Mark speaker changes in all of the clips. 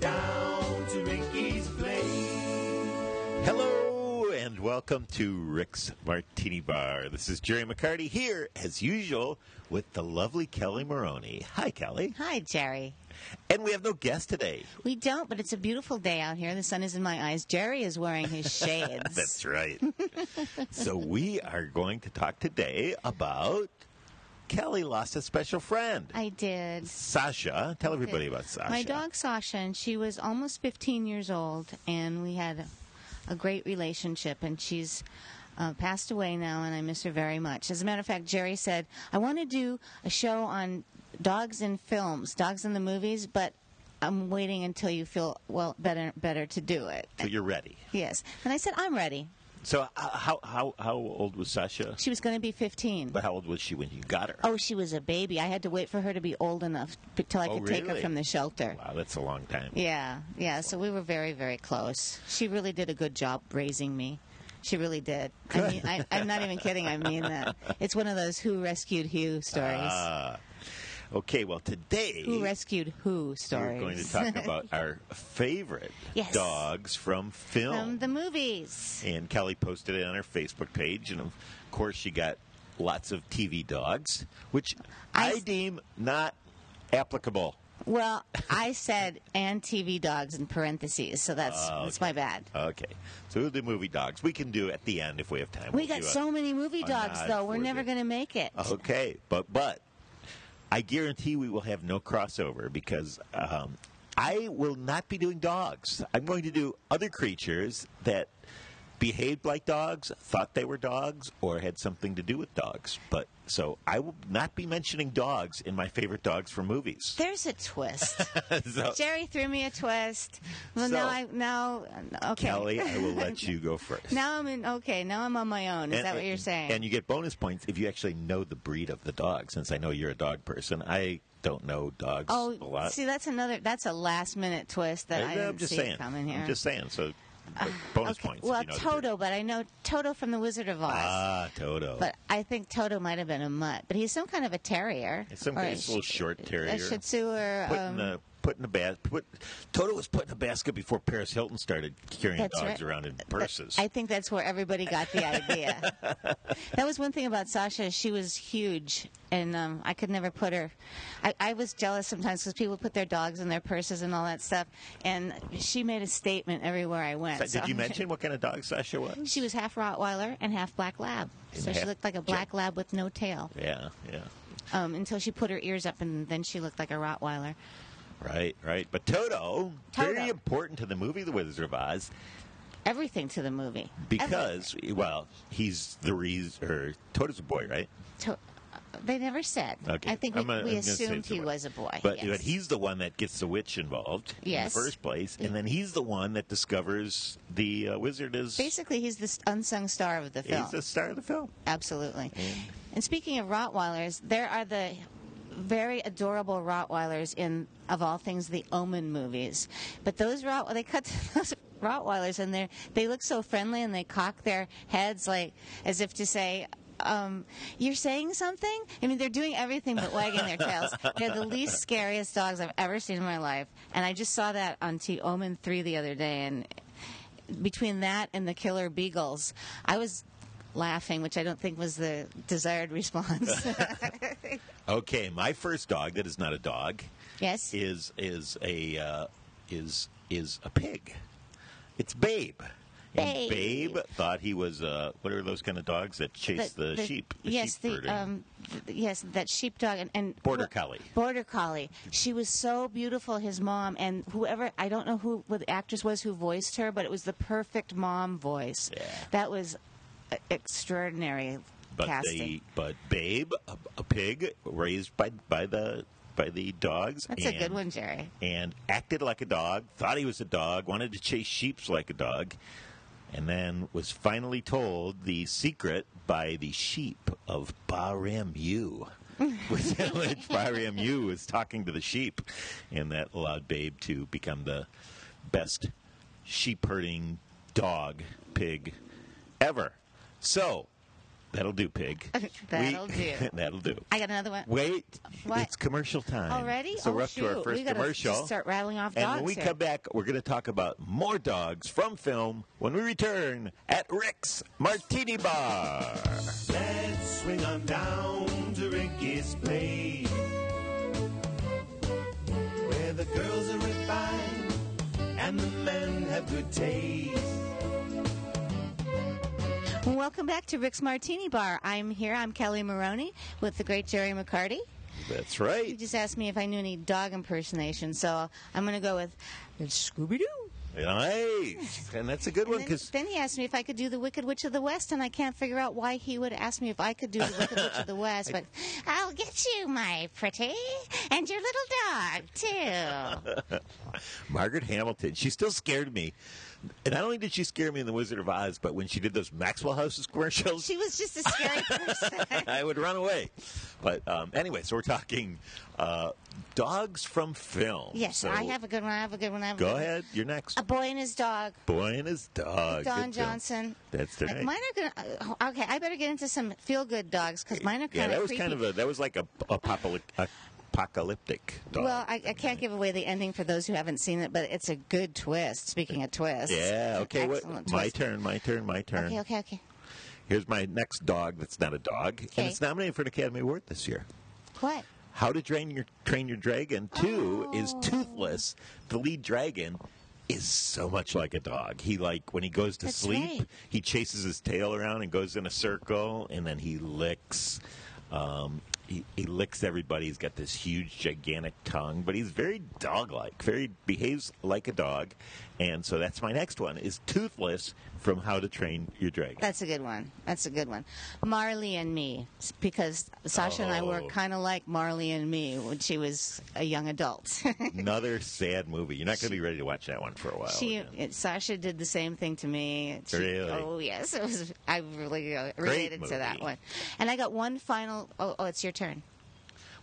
Speaker 1: down to Ricky's place.
Speaker 2: Hello and welcome to Rick's Martini Bar. This is Jerry McCarty here, as usual, with the lovely Kelly Maroney. Hi, Kelly.
Speaker 3: Hi, Jerry.
Speaker 2: And we have no guest today.
Speaker 3: We don't, but it's a beautiful day out here. The sun is in my eyes. Jerry is wearing his shades.
Speaker 2: That's right. so we are going to talk today about Kelly lost a special friend.
Speaker 3: I did.
Speaker 2: Sasha, tell everybody about Sasha.
Speaker 3: My dog Sasha, and she was almost 15 years old, and we had a great relationship, and she's. Uh, passed away now, and I miss her very much. As a matter of fact, Jerry said, I want to do a show on dogs in films, dogs in the movies, but I'm waiting until you feel well better better to do it.
Speaker 2: So you're ready.
Speaker 3: Yes. And I said, I'm ready.
Speaker 2: So uh, how how how old was Sasha?
Speaker 3: She was going to be 15.
Speaker 2: But how old was she when you got her?
Speaker 3: Oh, she was a baby. I had to wait for her to be old enough p- till I
Speaker 2: Oh,
Speaker 3: could take her
Speaker 2: really?
Speaker 3: from the shelter.
Speaker 2: Wow, that's a long time.
Speaker 3: Yeah, yeah. So we were very, very close. She really did a good job raising me. She really did. I mean, I, I'm not even kidding. I mean that. It's one of those who rescued who stories.
Speaker 2: Ah. okay, well today
Speaker 3: who rescued who stories.
Speaker 2: We're going to talk about our favorite
Speaker 3: Yes.
Speaker 2: dogs from film.
Speaker 3: from the movies.
Speaker 2: and Kelly posted it on her Facebook page, and of course she got lots of TV dogs, which
Speaker 3: I
Speaker 2: I,
Speaker 3: s-
Speaker 2: deem not applicable.
Speaker 3: Well, I said and TV dogs in parentheses, so that's that's my bad.
Speaker 2: Ah, Okay, so we'll do movie dogs. We can do at the end if we have time.
Speaker 3: We
Speaker 2: We'll
Speaker 3: got
Speaker 2: do a-
Speaker 3: so many movie
Speaker 2: a
Speaker 3: dogs,
Speaker 2: nod
Speaker 3: though. We're
Speaker 2: for
Speaker 3: never
Speaker 2: the-
Speaker 3: going to make it.
Speaker 2: Oh. Okay, but but I guarantee we will have no crossover because um, I will not be doing dogs. I'm going to do other creatures that behaved like dogs, thought they were dogs, or had something to do with dogs. But so I will not be mentioning dogs in my favorite dogs for movies.
Speaker 3: There's a twist.
Speaker 2: so,
Speaker 3: Jerry threw me a twist. Well,
Speaker 2: So-
Speaker 3: now I now okay.
Speaker 2: Kelly, I will let you go first.
Speaker 3: Now I'm in okay. Now I'm on my own. Is that what you're saying?
Speaker 2: And you get bonus points if you actually know the breed of the dog. Since I know you're a dog person, I don't know dogs a
Speaker 3: oh,
Speaker 2: lot. Uh,
Speaker 3: see, that's another. That's a last minute twist that I,
Speaker 2: I'm
Speaker 3: didn't
Speaker 2: just
Speaker 3: see
Speaker 2: saying.
Speaker 3: coming here.
Speaker 2: I'm just saying. So, but bonus
Speaker 3: okay.
Speaker 2: points. if
Speaker 3: Well,
Speaker 2: you know the
Speaker 3: Toto,
Speaker 2: breed.
Speaker 3: but I know Toto from The Wizard of Oz.
Speaker 2: Ah, Toto.
Speaker 3: but I think Toto might have been a mutt, but he's some kind of a terrier.
Speaker 2: it's some
Speaker 3: or a
Speaker 2: nice little
Speaker 3: sh-
Speaker 2: short
Speaker 3: a
Speaker 2: terrier.
Speaker 3: Shih Tzu or
Speaker 2: put in
Speaker 3: um,
Speaker 2: a put in a bas- put, Toto was put in a basket before Paris Hilton started carrying
Speaker 3: That's
Speaker 2: dogs
Speaker 3: right.
Speaker 2: around in
Speaker 3: But
Speaker 2: purses.
Speaker 3: I think that's where everybody got the idea. that was one thing about Sasha. She was huge, and um, I could never put her. I, I was jealous sometimes because people put their dogs in their purses and all that stuff, and she made a statement everywhere I went.
Speaker 2: Did
Speaker 3: so-
Speaker 2: you mention what kind of dog Sasha was?
Speaker 3: She was half Rottweiler and half black lab.
Speaker 2: And
Speaker 3: So she
Speaker 2: half-
Speaker 3: looked like a black lab with no tail
Speaker 2: Yeah, yeah.
Speaker 3: um, until she put her ears up, and then she looked like a Rottweiler.
Speaker 2: Right, right. But Toto, very
Speaker 3: Toto.
Speaker 2: important to the movie The Wizard of Oz
Speaker 3: Everything to the movie.
Speaker 2: because, well, he's the reason, or Toto's a boy, right?
Speaker 3: To- they never said.
Speaker 2: Okay.
Speaker 3: I think we,
Speaker 2: I'm gonna-
Speaker 3: we
Speaker 2: I'm gonna say
Speaker 3: assumed
Speaker 2: it's a
Speaker 3: he
Speaker 2: boy.
Speaker 3: was a boy.
Speaker 2: But,
Speaker 3: yes.
Speaker 2: but he's the one that gets the witch involved
Speaker 3: Yes. Mm.
Speaker 2: in the first place, and then he's the one that discovers the uh, wizard is
Speaker 3: Basically, he's the unsung star of the film.
Speaker 2: he's the star of the film.
Speaker 3: Absolutely. And speaking of Rottweilers, there are the very adorable Rottweilers in, of all things, the Omen movies. But those Rott they cut to those Rottweilers and they they look so friendly and they cock their heads like as if to say. Um, you're saying something? I mean, they're doing everything but wagging their tails. They're the least scariest dogs I've ever seen in my life, and I just saw that on T Omen three the other day, and between that and the killer beagles, I was laughing, which I don't think was the desired response.
Speaker 2: Okay, my first dog that is not a dog
Speaker 3: yes,
Speaker 2: is is a uh, is is a pig. It's Babe. And
Speaker 3: Babe.
Speaker 2: Babe thought he was uh, what are those kind of dogs that chase the, sheep? The
Speaker 3: yes,
Speaker 2: sheep
Speaker 3: the
Speaker 2: herding.
Speaker 3: um, th- yes, that sheepdog and, and
Speaker 2: Border collie.
Speaker 3: Border collie. She was so beautiful. His mom and whoever I don't know who what the actress was who voiced her, but it was the perfect mom voice.
Speaker 2: Yeah.
Speaker 3: That was uh, extraordinary
Speaker 2: but
Speaker 3: casting.
Speaker 2: they but Babe, a, a pig raised by by the by the dogs.
Speaker 3: That's a
Speaker 2: and-
Speaker 3: good one, Jerry.
Speaker 2: and acted like a dog, thought he was a dog, wanted to chase sheep like a dog. and then was finally told the secret by the sheep of Barem U. within which Barem U was talking to the sheep, and that allowed Babe to become the best sheep herding dog pig ever. So that'll do, pig. We-
Speaker 3: That'll do.
Speaker 2: that'll do.
Speaker 3: I got another one.
Speaker 2: Wait,
Speaker 3: What?
Speaker 2: it's commercial time
Speaker 3: Already?
Speaker 2: So
Speaker 3: oh,
Speaker 2: we're up to our
Speaker 3: shoot.
Speaker 2: first
Speaker 3: we gotta
Speaker 2: commercial.
Speaker 3: just start rattling off
Speaker 2: And
Speaker 3: dogs
Speaker 2: when we
Speaker 3: here.
Speaker 2: come back, we're going to talk about more dogs from film when we return at Rick's Martini Bar.
Speaker 1: Let's swing on down to Ricky's place, where the girls are refined and the men have good taste.
Speaker 3: Welcome back to Rick's Martini Bar. I'm here. I'm Kelly Maroney with the great Jerry McCarty.
Speaker 2: That's
Speaker 3: You
Speaker 2: right.
Speaker 3: just asked me if I knew any dog impersonations, so I'm going to go with Scooby Doo.
Speaker 2: Nice. And that's a good one
Speaker 3: And Then,
Speaker 2: because
Speaker 3: then he asked me if I could do the Wicked Witch of the West, and I can't figure out why he would ask me if I could do the Wicked Witch of the West. But I'll get you, my pretty, and your little dog too.
Speaker 2: Margaret Hamilton, she still scared me. And not only did she scare me in The Wizard of Oz, but when she did those Maxwell Houses commercials,
Speaker 3: She was just a scary person.
Speaker 2: I would run away. But um, anyway, so we're talking uh, dogs from film.
Speaker 3: Yes,
Speaker 2: So
Speaker 3: I have a good one. I have a good one. I have a
Speaker 2: Go
Speaker 3: good one.
Speaker 2: ahead. You're next.
Speaker 3: A boy and his dog.
Speaker 2: Boy and his dog. Good
Speaker 3: Don
Speaker 2: film.
Speaker 3: Johnson. Uh,
Speaker 2: That's right.
Speaker 3: Mine are gonna. uh, Okay, I better get into some feel-good dogs because mine are kind
Speaker 2: yeah,
Speaker 3: of
Speaker 2: that was
Speaker 3: creepy.
Speaker 2: kind of a that was like a, apopoli- apocalyptic dog.
Speaker 3: well, I, I can't give away the ending for those who haven't seen it, but it's a good twist. Speaking of twists,
Speaker 2: yeah. Okay. What,
Speaker 3: Excellent
Speaker 2: my
Speaker 3: twist.
Speaker 2: turn. My turn. My turn.
Speaker 3: Okay, okay, okay.
Speaker 2: Here's my next dog. That's not a dog,
Speaker 3: Okay.
Speaker 2: and it's nominated for an Academy Award this year.
Speaker 3: What?
Speaker 2: How to Train Your Train Your Dragon Two
Speaker 3: Oh.
Speaker 2: is toothless. The lead dragon is so much like a dog. He like when he goes to
Speaker 3: That's
Speaker 2: sleep,
Speaker 3: right.
Speaker 2: he chases his tail around and goes in a circle, and then he licks. Um, he, he licks everybody. He's got this huge, gigantic tongue, but he's very dog-like. Very behaves like a dog, and so that's my next one is Toothless from How to Train Your Dragon.
Speaker 3: That's a good one. That's a good one. Marley and Me, s- because Sasha and I were
Speaker 2: Oh.
Speaker 3: kind of like Marley and Me when she was a young adult.
Speaker 2: Another sad movie. You're not going to be ready to watch that one for a while.
Speaker 3: she,
Speaker 2: again.
Speaker 3: it, Sasha did the same thing to me. She-
Speaker 2: Oh, Really?
Speaker 3: Oh yes, it was. I really uh, related to that
Speaker 2: movie.
Speaker 3: one. And I got one final. Oh, oh it's your turn.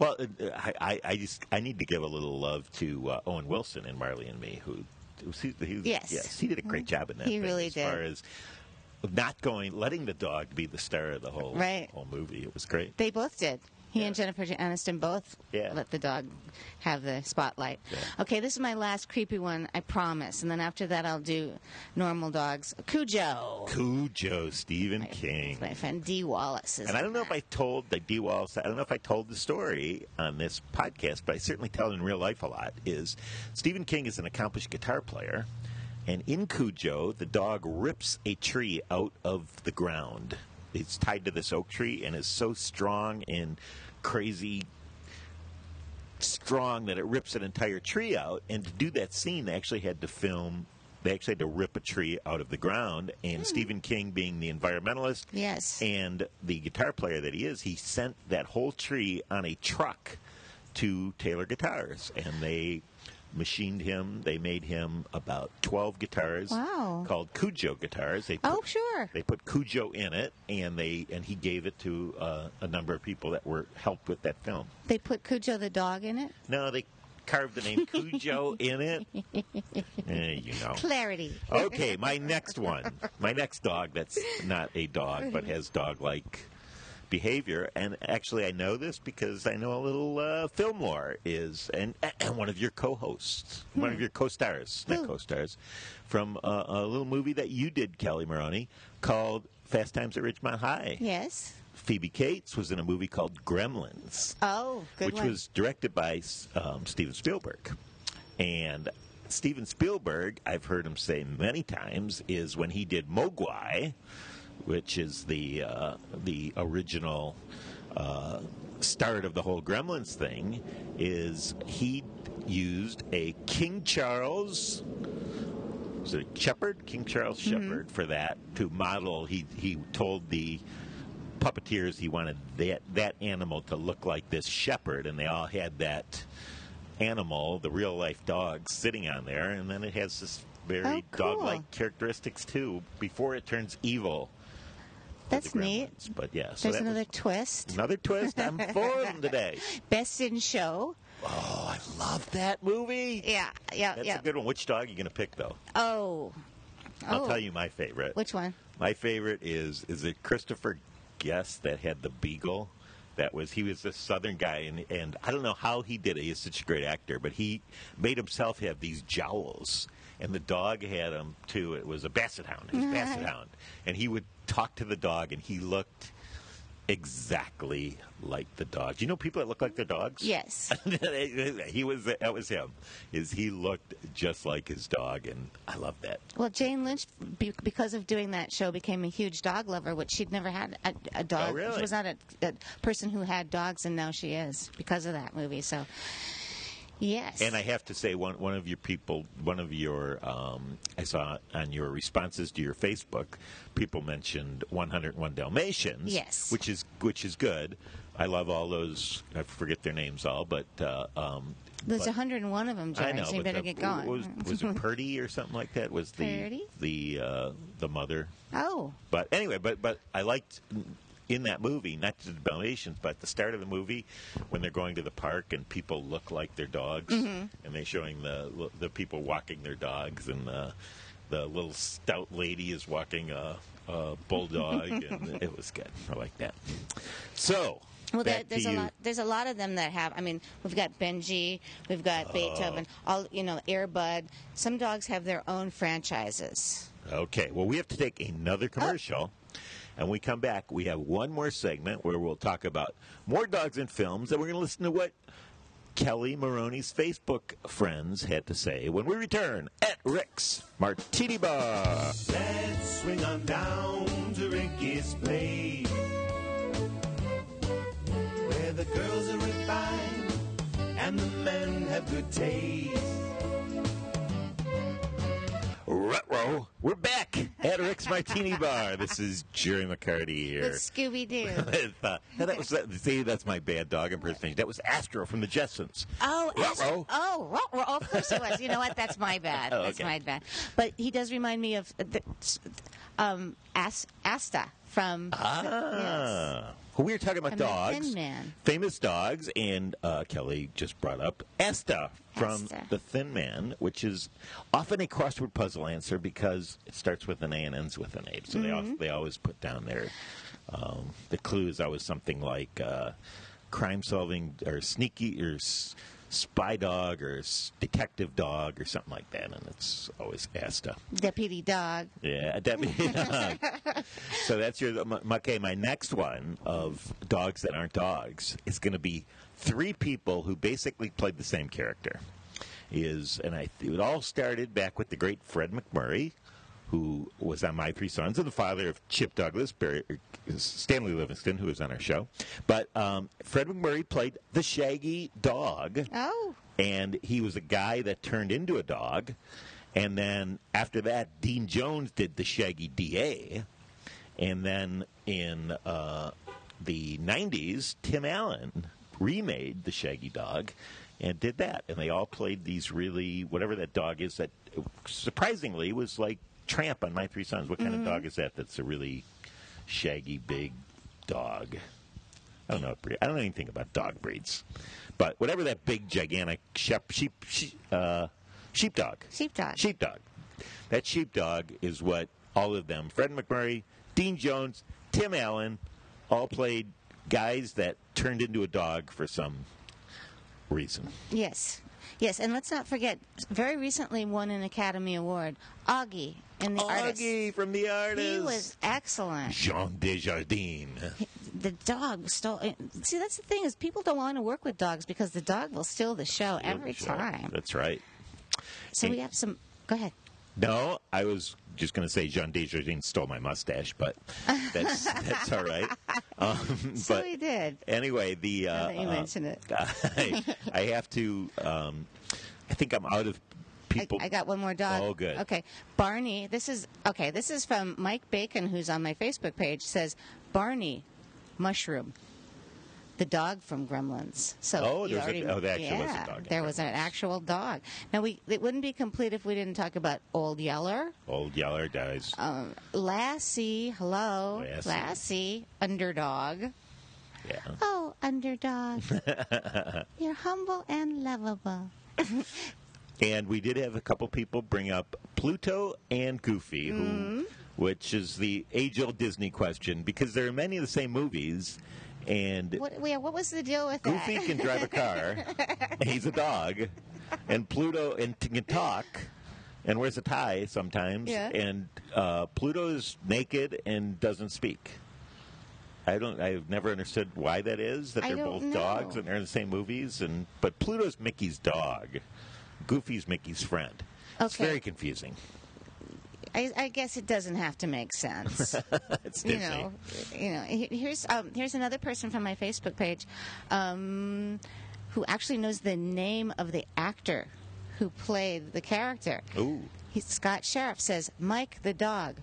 Speaker 2: Well, uh, I, I- I just I need to give a little love to uh, Owen Wilson and Marley and Me, who who's- he, he,
Speaker 3: Yes.
Speaker 2: he did a great job in that.
Speaker 3: He
Speaker 2: thing,
Speaker 3: really
Speaker 2: as
Speaker 3: did.
Speaker 2: far as not going, letting the dog be the star of the whole
Speaker 3: Right.
Speaker 2: whole movie. It was great.
Speaker 3: They both did. He
Speaker 2: Yeah.
Speaker 3: and Jennifer Aniston both
Speaker 2: Yeah.
Speaker 3: let the dog have the spotlight.
Speaker 2: Yeah.
Speaker 3: Okay, this is my last creepy one, I promise. And then after that, I'll do normal dogs. Cujo.
Speaker 2: Cujo, Stephen King.
Speaker 3: My friend Dee Wallace is.
Speaker 2: And I
Speaker 3: in
Speaker 2: don't know if
Speaker 3: that.
Speaker 2: I told the D Wallace. I don't know if I told the story on this podcast, but I certainly tell it in real life a lot. Is Stephen King is an accomplished guitar player, and in Cujo, the dog rips a tree out of the ground. It's tied to this oak tree and is so strong and crazy strong that it rips an entire tree out. And to do that scene, they actually had to film. They actually had to rip a tree out of the ground. And Stephen King, being the environmentalist,
Speaker 3: Hmm. Yes.
Speaker 2: and the guitar player that he is, he sent that whole tree on a truck to Taylor Guitars, and they machined him. They made him about twelve guitars,
Speaker 3: Wow.
Speaker 2: called Cujo guitars. They
Speaker 3: Oh, sure.
Speaker 2: they put Cujo in it, and they and he gave it to uh, a number of people that were helped with that film.
Speaker 3: They put Cujo the dog in it.
Speaker 2: No, they carved the name Cujo in it. Eh, you know.
Speaker 3: Clarity.
Speaker 2: Okay, my next one. My next dog that's not a dog but has dog like behavior. And actually, I know this because I know a little uh, film lore is, and, and one of your co hosts, one of your co stars, not
Speaker 3: Who?
Speaker 2: co stars, from uh, a little movie that you did, Kelly Maroney, called Fast Times at Ridgemont High.
Speaker 3: Yes.
Speaker 2: Phoebe Cates was in a movie called Gremlins
Speaker 3: Oh, good
Speaker 2: which
Speaker 3: one.
Speaker 2: was directed by um, Steven Spielberg. And Steven Spielberg, I've heard him say many times, is when he did Mogwai, which is the uh, the original uh, start of the whole Gremlins thing, is he used a King Charles. Was it a shepherd, King Charles
Speaker 3: Mm-hmm.
Speaker 2: Shepherd, for that to model? He he told the puppeteers he wanted that that animal to look like this shepherd and they all had that animal the real life dog sitting on there and then it has this very
Speaker 3: Oh, cool.
Speaker 2: dog-like characteristics too before it turns evil. with
Speaker 3: That's
Speaker 2: the
Speaker 3: neat.
Speaker 2: gremlins. But yeah, so
Speaker 3: There's
Speaker 2: that was
Speaker 3: another twist.
Speaker 2: another twist. I'm for them today.
Speaker 3: Best in show.
Speaker 2: Oh, I love that movie.
Speaker 3: Yeah, yeah,
Speaker 2: That's
Speaker 3: yeah.
Speaker 2: a good one. Which dog are you going to pick though?
Speaker 3: oh.
Speaker 2: I'll
Speaker 3: oh.
Speaker 2: tell you my favorite.
Speaker 3: Which one?
Speaker 2: My favorite is is it Christopher Guest that had the beagle? That was he was this southern guy and and I don't know how he did it. He's such a great actor, but he made himself have these jowls. And the dog had him too. It was a basset hound. It was a basset hound. And he would talk to the dog and he looked exactly like the dog. Do you know people that look like their dogs?
Speaker 3: Yes.
Speaker 2: he was that was him. Is he looked just like his dog and I love that.
Speaker 3: Well, Jane Lynch, be- because of doing that show, became a huge dog lover, which she'd never had a, a dog.
Speaker 2: Oh, really?
Speaker 3: She was not a, a person who had dogs, and now she is because of that movie. So, yes.
Speaker 2: And I have to say, one one of your people, one of your, um, I saw on your responses to your Facebook, people mentioned 101 Dalmatians.
Speaker 3: Yes.
Speaker 2: which is which is good. I love all those. I forget their names all, but uh, um,
Speaker 3: There's
Speaker 2: but-
Speaker 3: 101 of them,
Speaker 2: I
Speaker 3: Jerry,
Speaker 2: know.
Speaker 3: so you
Speaker 2: but
Speaker 3: better
Speaker 2: the-
Speaker 3: get going.
Speaker 2: Was, was it Purdy or something like that? Was the
Speaker 3: Purdy?
Speaker 2: the uh, the mother?
Speaker 3: oh,
Speaker 2: But anyway, but but I liked in that movie, not just the Dalmatians, but the start of the movie when they're going to the park and people look like their dogs,
Speaker 3: Mm-hmm.
Speaker 2: and they're showing the the people walking their dogs, and the the little stout lady is walking a, a bulldog, and it was good. I like that. So.
Speaker 3: well, there,
Speaker 2: back
Speaker 3: there's
Speaker 2: to
Speaker 3: a
Speaker 2: you.
Speaker 3: lot. There's a lot of them that have. I mean, we've got Benji, we've got Beethoven,
Speaker 2: Oh.
Speaker 3: all you know, Airbud. Some dogs have their own franchises.
Speaker 2: Okay. Well, we have to take another
Speaker 3: Oh.
Speaker 2: commercial. And we come back, we have one more segment where we'll talk about more dogs in films, and we're going to listen to what Kelly Maroney's Facebook friends had to say when we return at Rick's Martini Bar.
Speaker 1: Let's swing on down to Ricky's place. Where the girls are refined and the men have good taste.
Speaker 2: Ruh-roh, we're back at Rick's Martini Bar. This is Jerry McCarty here.
Speaker 3: With Scooby Doo.
Speaker 2: with, uh, that was, see, that's my bad dog impersonation. That was Astro from the Jetsons.
Speaker 3: Oh, Astro-
Speaker 2: Ruh-roh.
Speaker 3: oh, ruh-roh. Oh, of course it was. You know what? That's my bad.
Speaker 2: Oh,
Speaker 3: That's
Speaker 2: okay.
Speaker 3: my bad. But he does remind me of uh, the, um, As- Asta from. Yes.
Speaker 2: Ah. Well, we were talking about
Speaker 3: And the
Speaker 2: dogs,
Speaker 3: Thin Man.
Speaker 2: famous dogs, and uh, Kelly just brought up Asta from
Speaker 3: Asta.
Speaker 2: The Thin Man, which is often a crossword puzzle answer because it starts with an A and ends with an A. So they, al- they always put down their um, the clue is always something like uh, crime solving or sneaky or s- spy dog or s- detective dog or something like that, and it's always Asta.
Speaker 3: Deputy Dog.
Speaker 2: Yeah, a deputy dog. so that's your my- okay. My next one of dogs that aren't dogs is going to be three people who basically played the same character. Is and I it all started back with the great Fred McMurray, who was on My Three Sons and the father of Chip Douglas, Barry, er, Stanley Livingston, who was on our show. But um, Fred McMurray played the Shaggy Dog
Speaker 3: Oh.
Speaker 2: and he was a guy that turned into a dog. And then after that, Dean Jones did the Shaggy DA. And then in uh, the 90s, Tim Allen remade the Shaggy Dog and did that. And they all played these really, whatever that dog is, that surprisingly was like Tramp on My Three Sons. What kind of dog is that that's a really shaggy, big dog? I don't know. what breed- I don't know anything about dog breeds, but whatever that big, gigantic shep, sheep, sheep, uh, sheepdog,
Speaker 3: Sheepdog.
Speaker 2: sheepdog, that sheepdog is what all of them, Fred McMurray, Dean Jones, Tim Allen, all played guys that turned into a dog for some reason.
Speaker 3: Yes. Yes. And let's not forget, very recently won an Academy Award, Augie in The Artist.
Speaker 2: Augie from the artist,
Speaker 3: He was excellent.
Speaker 2: Jean Desjardins.
Speaker 3: the dog stole. See, that's the thing is, people don't want to work with dogs because the dog will steal the show every time.
Speaker 2: That's right.
Speaker 3: So we have some. Go ahead.
Speaker 2: No, I was just going to say Jean Desjardins stole my mustache, but that's that's all right. Um,
Speaker 3: So
Speaker 2: but
Speaker 3: we did.
Speaker 2: anyway, the uh,
Speaker 3: Now that you
Speaker 2: uh,
Speaker 3: mention it.
Speaker 2: I, I have to. Um, I think I'm out of
Speaker 3: I,
Speaker 2: people.
Speaker 3: I got one more dog.
Speaker 2: Oh, good.
Speaker 3: Okay, Barney. This is okay. This is from Mike Bacon, who's on my Facebook page. Says Barney, mushroom. the dog from Gremlins. So
Speaker 2: Oh,
Speaker 3: you
Speaker 2: there's a-
Speaker 3: already-
Speaker 2: oh, there actually
Speaker 3: yeah,
Speaker 2: was a dog in
Speaker 3: There was an actual dog. Now we it wouldn't be complete if we didn't talk about Old Yeller,
Speaker 2: Old Yeller dies.
Speaker 3: um, Lassie. Hello,
Speaker 2: Lassie.
Speaker 3: Lassie, Underdog.
Speaker 2: yeah.
Speaker 3: Oh, underdog. You're humble and lovable.
Speaker 2: And we did have a couple people bring up Pluto and Goofy, who,
Speaker 3: Mm-hmm.
Speaker 2: which is the age-old Disney question, because there are many of the same movies, and
Speaker 3: What, yeah, what was the deal with that?
Speaker 2: Goofy can drive a car, and he's a dog, and Pluto and t- can talk, and wears a tie sometimes,
Speaker 3: Yeah.
Speaker 2: and uh, Pluto's naked and doesn't speak. I don't. I've never understood why that is. That
Speaker 3: I
Speaker 2: they're
Speaker 3: don't
Speaker 2: both dogs
Speaker 3: know.
Speaker 2: and they're in the same movies, and but Pluto's Mickey's dog, Goofy's Mickey's friend. It's
Speaker 3: Okay.
Speaker 2: very confusing.
Speaker 3: I, I guess it doesn't have to make sense.
Speaker 2: It's
Speaker 3: you
Speaker 2: Disney.
Speaker 3: know, you know. he- Here's um, here's another person from my Facebook page, um, who actually knows the name of the actor who played the character.
Speaker 2: Ooh.
Speaker 3: He, Scott Sheriff says Mike the dog,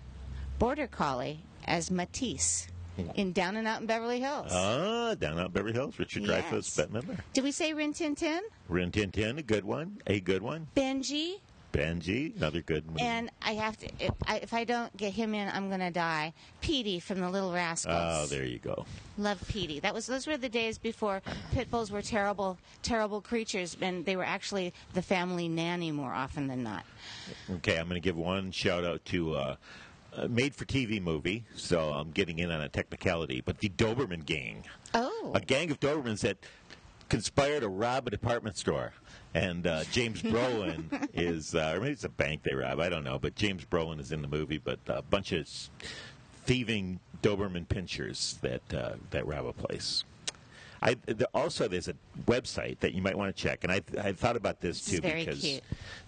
Speaker 3: border collie as Matisse
Speaker 2: Hmm.
Speaker 3: in Down and Out in Beverly Hills.
Speaker 2: Ah, down out in Beverly Hills. Richard
Speaker 3: Yes.
Speaker 2: Dreyfuss, Bette Midler,
Speaker 3: Did we say Rin Tin Tin?
Speaker 2: Rin Tin Tin, a good one. A good one.
Speaker 3: Benji.
Speaker 2: Benji, another good movie.
Speaker 3: And I have to, if I, if I don't get him in, I'm going to die. Petey from the Little Rascals.
Speaker 2: Oh, there you go.
Speaker 3: Love Petey. That was those were the days before pit bulls were terrible, terrible creatures, and they were actually the family nanny more often than not.
Speaker 2: Okay, I'm going to give one shout out to uh, a made for TV movie, so I'm getting in on a technicality, but the Doberman Gang.
Speaker 3: Oh,
Speaker 2: A gang of Dobermans that conspire to rob a department store. And uh, James Brolin is, uh, or maybe it's a bank they rob, I don't know, but James Brolin is in the movie, but a bunch of s- thieving Doberman pinchers that, uh, that rob a place. I, the, also, there's a website that you might want to check, and I, I thought about this
Speaker 3: This is
Speaker 2: too
Speaker 3: very
Speaker 2: because
Speaker 3: cute.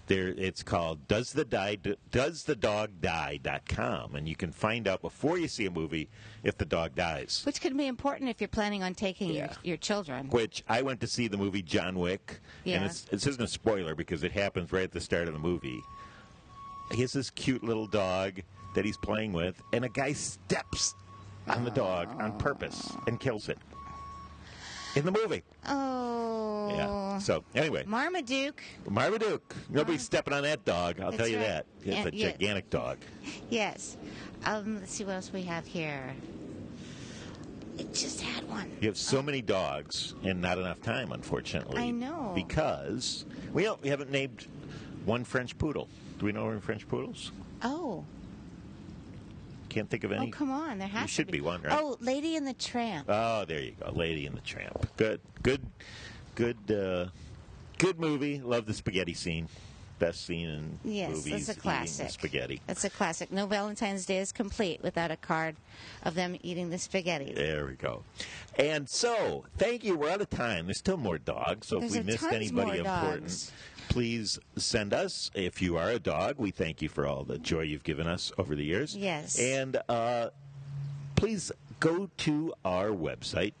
Speaker 2: there it's called does the die does the dog die.com and you can find out before you see a movie if the dog dies
Speaker 3: which can be important if you're planning on taking your,
Speaker 2: Yeah.
Speaker 3: your children.
Speaker 2: which I went to see the movie John Wick,
Speaker 3: Yeah.
Speaker 2: and it's, this isn't a spoiler because it happens right at the start of the movie. He has this cute little dog that he's playing with, and a guy steps on the dog on purpose and kills it in the movie.
Speaker 3: Oh,
Speaker 2: Yeah. So anyway,
Speaker 3: Marmaduke.
Speaker 2: Marmaduke, nobody's stepping on that dog. I'll
Speaker 3: That's
Speaker 2: tell you
Speaker 3: right.
Speaker 2: that. It's
Speaker 3: Yeah,
Speaker 2: a
Speaker 3: yeah.
Speaker 2: gigantic dog.
Speaker 3: Yes. Um, let's see what else we have here. It just had one.
Speaker 2: You have so many dogs and not enough time, unfortunately.
Speaker 3: Oh. I know.
Speaker 2: Because we, don't, we haven't named one French poodle. Do we know any French poodles?
Speaker 3: Oh,
Speaker 2: Can't think of any.
Speaker 3: oh, come on! There has
Speaker 2: should
Speaker 3: to
Speaker 2: be one, right?
Speaker 3: Oh, Lady and the Tramp.
Speaker 2: Oh, there you go. Lady and the Tramp. Good, good, good, uh, good movie. Love the spaghetti scene. Best scene in
Speaker 3: Yes,
Speaker 2: movies.
Speaker 3: that's a
Speaker 2: eating
Speaker 3: classic.
Speaker 2: Spaghetti.
Speaker 3: That's a classic. No Valentine's Day is complete without a card of them eating the spaghetti.
Speaker 2: There we go. And so, thank you. We're out of time. There's still more dogs. So
Speaker 3: There's
Speaker 2: if
Speaker 3: a
Speaker 2: we missed
Speaker 3: tons
Speaker 2: anybody
Speaker 3: more
Speaker 2: important,
Speaker 3: dogs.
Speaker 2: please send us. If you are a dog, we thank you for all the joy you've given us over the years.
Speaker 3: Yes.
Speaker 2: And uh, please go to our website,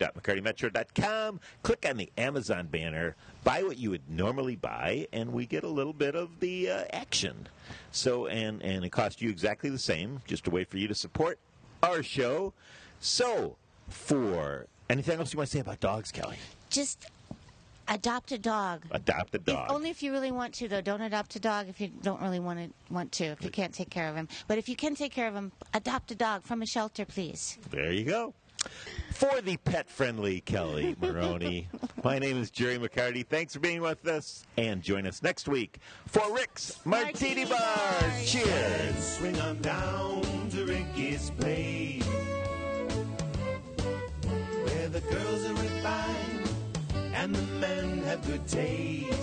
Speaker 2: www.mccartymetro.com. Click on the Amazon banner, buy what you would normally buy, and we get a little bit of the uh, action. So, and, and it costs you exactly the same, just a way for you to support our show. So, for anything else you want to say about dogs, Kelly?
Speaker 3: Just adopt a dog.
Speaker 2: Adopt a dog.
Speaker 3: If, only if you really want to, though. Don't adopt a dog if you don't really want to. Want to if you can't take care of him. But if you can take care of him, adopt a dog from a shelter, please.
Speaker 2: There you go. For the pet friendly Kelly Maroney, my name is Jerry McCarty. Thanks for being with us and join us next week for Rick's Martini,
Speaker 3: Martini
Speaker 2: Bar.
Speaker 3: Bar.
Speaker 2: Cheers.
Speaker 1: Let's swing 'em down to Ricky's place, where the girls are refined and the men have good taste.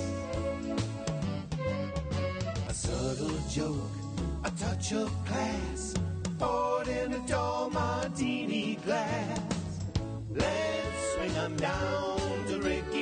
Speaker 1: A subtle joke, a touch of class, poured in a tall martini glass. Let's swing 'em down to Ricky's.